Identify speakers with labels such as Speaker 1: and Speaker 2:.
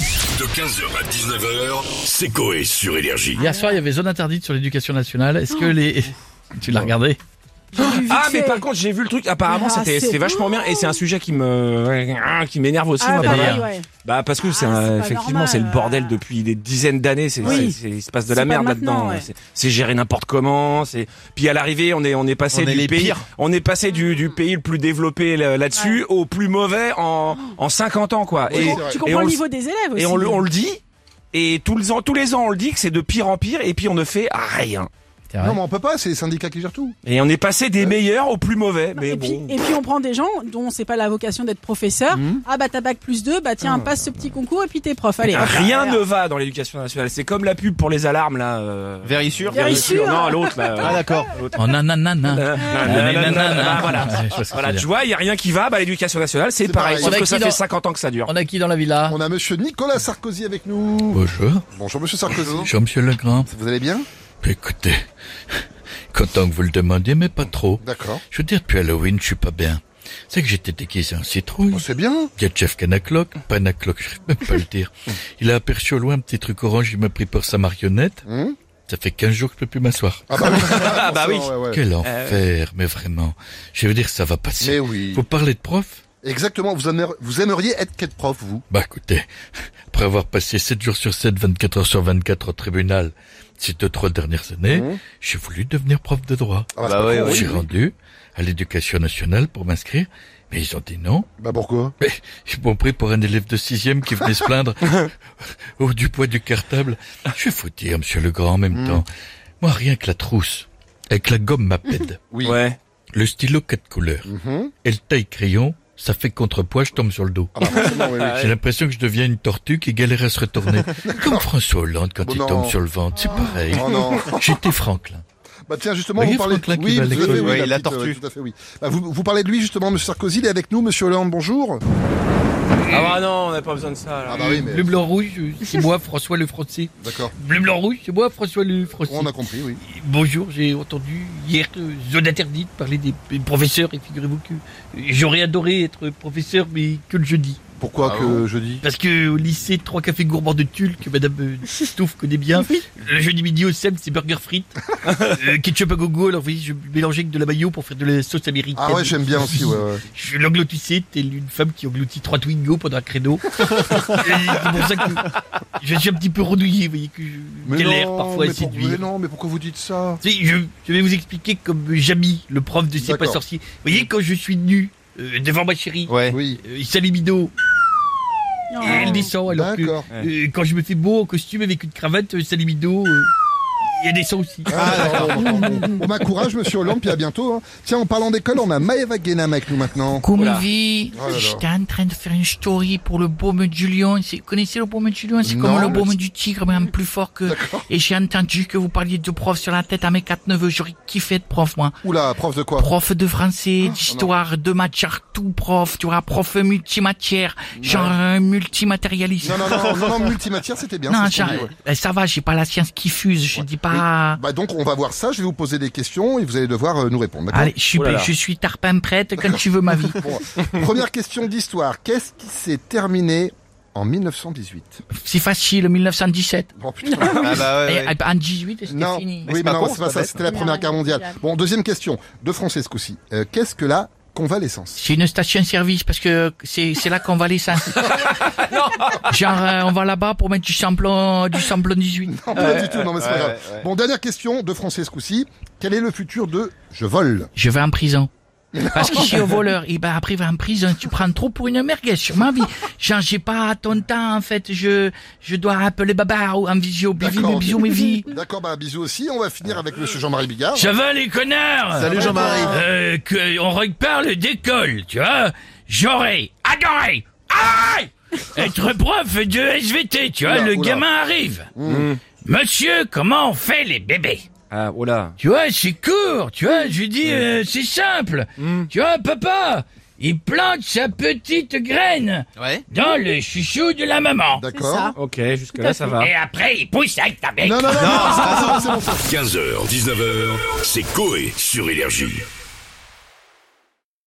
Speaker 1: De 15h à 19h, c'est Coé sur Énergie.
Speaker 2: Hier soir, il y avait zone interdite sur l'éducation nationale. Est-ce que les... Tu l'as regardé
Speaker 3: Ah mais par contre j'ai vu le truc apparemment
Speaker 4: Ah,
Speaker 3: c'était
Speaker 4: c'est
Speaker 3: c'était vachement bien et c'est un sujet qui me qui m'énerve aussi moi, pas mal.
Speaker 2: pareil,
Speaker 4: Ah, bah ouais. Ah,
Speaker 3: bah parce que c'est un-
Speaker 4: c'est pas
Speaker 3: effectivement
Speaker 4: normal,
Speaker 3: c'est le bordel
Speaker 4: euh.
Speaker 3: depuis des dizaines d'années c'est
Speaker 4: Oui.
Speaker 3: c'est- c'est- il se passe de
Speaker 4: C'est
Speaker 3: la
Speaker 4: pas
Speaker 3: merde
Speaker 4: maintenant,
Speaker 3: là-dedans
Speaker 4: ouais.
Speaker 3: C'est- c'est géré n'importe comment c'est puis à l'arrivée on est on est passé
Speaker 5: On est
Speaker 3: du
Speaker 5: les
Speaker 3: pays
Speaker 5: pires.
Speaker 3: on est passé du, du pays le plus développé là- là-dessus au plus mauvais en en 50 ans quoi
Speaker 4: Tu
Speaker 3: et,
Speaker 4: com- tu
Speaker 3: et on
Speaker 4: comprends le
Speaker 3: le-
Speaker 4: niveau des élèves aussi.
Speaker 3: et on le on le dit et tous les ans tous les ans on le dit que c'est de pire en pire et puis on ne fait rien
Speaker 2: C'est vrai.
Speaker 6: Non, mais on peut pas, c'est les syndicats qui gèrent tout.
Speaker 3: et on est passé des meilleurs aux plus mauvais mais
Speaker 4: et, puis,
Speaker 3: bon Hmm.
Speaker 4: et puis on prend des gens dont c'est pas la vocation d'être professeur. Ah bah t'as bac plus 2, bah tiens, passe ce petit concours et puis t'es prof. Allez, hop,
Speaker 3: Ah. Rien
Speaker 4: voilà.
Speaker 3: ne va dans l'éducation nationale. C'est comme la pub pour les alarmes là. euh,
Speaker 5: Vérissure
Speaker 4: Vérissure.
Speaker 3: Non, l'autre là.
Speaker 5: Ah d'accord.
Speaker 2: Oh, nanana. Ah,
Speaker 3: Euh,
Speaker 2: Nanana.
Speaker 3: nanana, bah, Voilà.
Speaker 2: Ouais, je vois ce que
Speaker 3: Voilà,
Speaker 2: tu veux
Speaker 3: tu
Speaker 2: dire.
Speaker 3: vois, il y a rien qui va. Bah, l'éducation nationale, c'est
Speaker 6: C'est
Speaker 3: pareil.
Speaker 6: pareil.
Speaker 2: On
Speaker 3: Sauf
Speaker 2: a
Speaker 3: que
Speaker 2: qui
Speaker 3: ça
Speaker 2: dans-
Speaker 3: fait 50 ans que ça dure.
Speaker 2: On a qui dans la villa
Speaker 6: On a monsieur Nicolas Sarkozy avec nous.
Speaker 2: Ah. Bonjour.
Speaker 6: Bonjour monsieur Sarkozy.
Speaker 2: Jean-Monsieur Legrand.
Speaker 6: Vous allez bien
Speaker 2: Écoutez, content que vous le demandiez, mais pas trop.
Speaker 6: D'accord.
Speaker 2: Je veux dire, depuis Halloween, je suis pas bien. C'est que j'étais déguisé en citrouille.
Speaker 6: Bon, Oh, c'est bien.
Speaker 2: Il y a Jeff Canaclock, Panaclock, je sais même pas le dire. Il a aperçu au loin un petit truc orange, il m'a pris pour sa marionnette.
Speaker 6: Hum
Speaker 2: Ça fait 15 jours que je peux plus m'asseoir.
Speaker 6: Ah bah, oui.
Speaker 3: Ah bah oui.
Speaker 6: Ouais, ouais.
Speaker 2: Quel enfer, mais vraiment. Je veux dire, ça va
Speaker 6: Mais
Speaker 2: passer.
Speaker 6: oui.
Speaker 2: Vous parlez de prof
Speaker 6: Exactement, vous, aimer- vous aimeriez être quel prof, vous
Speaker 2: Bah écoutez, après avoir passé 7 jours sur 7, 24 heures sur 24 au tribunal ces deux, trois dernières années,
Speaker 6: Mhm.
Speaker 2: j'ai voulu devenir prof de droit.
Speaker 6: ah,
Speaker 5: Bah
Speaker 6: c'est pas
Speaker 5: ouais,
Speaker 6: con,
Speaker 5: ouais.
Speaker 6: oui.
Speaker 2: J'ai rendu à l'éducation nationale pour m'inscrire, mais ils ont dit non.
Speaker 6: Bah pourquoi
Speaker 2: Ils m'ont pris pour un élève de sixième qui venait se plaindre au du poids du cartable. Je vais vous dire, monsieur Legrand, en même
Speaker 6: Mhm.
Speaker 2: temps, moi rien que la trousse, avec la gomme m'appède,
Speaker 6: Oui.
Speaker 3: Ouais.
Speaker 2: le stylo quatre couleurs
Speaker 6: Mhm.
Speaker 2: et le taille-crayon, ça fait contrepoids, je tombe sur le dos.
Speaker 6: Ah bah forcément, oui, oui.
Speaker 2: J'ai l'impression que je deviens une tortue qui galère à se retourner. Comme François Hollande quand
Speaker 6: Bon,
Speaker 2: il
Speaker 6: non.
Speaker 2: tombe sur le ventre, c'est pareil.
Speaker 6: Oh non.
Speaker 2: J'étais Franklin.
Speaker 6: Bah tiens, justement,
Speaker 2: Voyez
Speaker 6: vous parlez...
Speaker 2: Franklin qui
Speaker 6: oui,
Speaker 2: va à
Speaker 6: vous avez-
Speaker 2: l'école.
Speaker 5: Ouais,
Speaker 6: oui,
Speaker 5: la
Speaker 6: petite,
Speaker 5: tortue.
Speaker 6: ouais, tout à fait, oui. Bah, vous, vous parlez de lui, justement, monsieur Sarkozy, il est avec nous, monsieur Hollande, bonjour.
Speaker 3: Ah bah non, on n'a pas besoin de ça. là.
Speaker 6: Ah bah oui, mais...
Speaker 2: Bleu, blanc, rouge, c'est moi, François le Français.
Speaker 6: D'accord,
Speaker 2: Bleu, blanc, rouge, c'est moi, François le Français.
Speaker 6: on a compris, oui.
Speaker 2: Bonjour, j'ai entendu hier euh, Zone Interdite parler des des professeurs et figurez-vous que euh, j'aurais adoré être professeur mais que le jeudi.
Speaker 6: Pourquoi
Speaker 5: Ah
Speaker 6: que
Speaker 5: bon
Speaker 6: je dis
Speaker 2: Parce que au lycée, trois cafés gourmands de Tulle que madame euh, Stouff connaît bien. Le jeudi midi au SEM, c'est burger frites. Euh, ketchup à gogo, alors vous voyez, je mélangeais avec de la mayo pour faire de la sauce américaine.
Speaker 6: Ah ouais, j'aime bien aussi, ouais, ouais.
Speaker 2: Je suis l'engloutissé, t'es une femme qui engloutit trois Twingo pendant un créneau. Et c'est pour ça que je suis un petit peu renouillé, vous voyez, que je galère
Speaker 6: non,
Speaker 2: parfois à
Speaker 6: mais, pour-
Speaker 2: séduire.
Speaker 6: mais non, mais pourquoi vous dites ça
Speaker 2: Si, je, je vais vous expliquer comme Jamy, le prof de C'est pas
Speaker 6: D'accord.
Speaker 2: sorcier. Vous voyez, quand je suis nu euh, devant ma chérie,
Speaker 5: Ouais.
Speaker 6: Oui,
Speaker 2: euh, il s'allume ido,
Speaker 4: Oh.
Speaker 2: et elle descend, alors que
Speaker 6: d'accord.
Speaker 2: euh, quand je me fais beau en costume avec une cravate, euh, s'allume ido, euh, et elle descend aussi.
Speaker 6: Ah, non, non, non, non. on m'encourage, monsieur Hollande, puis à bientôt. hein. Tiens, en parlant d'école, on a Maëva Guénam avec nous maintenant.
Speaker 7: Coucou
Speaker 3: Oula.
Speaker 7: mes vies.
Speaker 6: Oh là là.
Speaker 7: j'étais en train de faire une story pour le baume du lion. C'est- Vous connaissez le baume du lion C'est
Speaker 6: Non,
Speaker 7: comme le
Speaker 6: mais
Speaker 7: baume du tigre, mais en plus fort que...
Speaker 6: D'accord.
Speaker 7: Et j'ai entendu que vous parliez de prof sur la tête à mes quatre neveux. J'aurais kiffé être prof, moi.
Speaker 6: Oula, prof de quoi
Speaker 7: Prof de français,
Speaker 6: Ah,
Speaker 7: d'histoire, de matière, tout prof. Tu vois, prof multimatière, genre euh, multimatérialiste.
Speaker 6: Non, non, non, non, non, multimatière, c'était bien.
Speaker 7: Non,
Speaker 6: c'est ce qu'on
Speaker 7: genre,
Speaker 6: dit, ouais.
Speaker 7: euh, ça va, j'ai pas la science qui fuse. Je dis pas...
Speaker 6: Bah donc, on va voir ça, je vais vous poser des questions et vous allez devoir euh, nous répondre, d'accord
Speaker 7: Allez, super,
Speaker 3: là là.
Speaker 7: je suis tarpin prête quand tu veux ma vie.
Speaker 6: Bon, Première question d'histoire, qu'est-ce qui s'est terminé en 1918
Speaker 7: C'est facile, 1917.
Speaker 6: Bon, Oh, putain.
Speaker 5: Ah bah ouais.
Speaker 7: Et,
Speaker 5: ouais.
Speaker 7: euh, en 18, c'était
Speaker 6: Non,
Speaker 7: fini.
Speaker 6: oui,
Speaker 3: c'est
Speaker 6: mais
Speaker 3: pas
Speaker 6: non,
Speaker 3: con,
Speaker 6: c'est
Speaker 3: c'est
Speaker 6: pas
Speaker 3: pas
Speaker 6: ça,
Speaker 3: bête.
Speaker 6: c'était la Première Guerre mondiale. Bon, deuxième question, de français ce coup-ci. Euh, qu'est-ce que la convalescence
Speaker 7: C'est une station-service parce que c'est c'est là qu'on va les sens. Genre euh, on va là-bas pour mettre du samplon du samplon 18.
Speaker 6: Non, pas du tout, non, mais c'est
Speaker 5: ouais,
Speaker 6: pas grave.
Speaker 5: ouais, ouais.
Speaker 6: Bon, dernière question de français ce coup-ci. Quel est le futur de Je vole
Speaker 7: Je vais en prison. Parce qu'ici au voleur, et ben après va en prison, tu prends trop pour une merguez sur ma vie. Genre j'ai pas ton temps en fait, je je dois appeler Baba ou en visio, bisous
Speaker 6: D'accord,
Speaker 7: mes
Speaker 6: ok.
Speaker 7: bisous mes vies.
Speaker 6: D'accord, bah bisous aussi. On va finir avec Monsieur Jean-Marie Bigard.
Speaker 2: Ça va les connards
Speaker 5: Salut Jean-Marie.
Speaker 2: euh, que on reparle d'école, tu vois. J'aurais adoré, adoré être prof de SVT, tu vois.
Speaker 6: Oula,
Speaker 2: le
Speaker 6: oula. Hmm.
Speaker 2: gamin arrive.
Speaker 3: Mm.
Speaker 2: Monsieur, comment on fait les bébés
Speaker 3: Ah oh là.
Speaker 2: Tu vois, c'est court, tu vois. Je lui dis, euh, c'est simple. Tu vois, papa, il plante sa petite graine
Speaker 5: Ouais.
Speaker 2: dans le chouchou de la maman.
Speaker 4: C'est
Speaker 6: D'accord.
Speaker 4: ça.
Speaker 3: Ok, jusque là ça va.
Speaker 2: Et après, il pousse avec ta bête.
Speaker 6: Non, non, non, non, c'est bon, c'est bon, c'est bon.
Speaker 1: 15h, 19h, c'est Coé sur Énergie.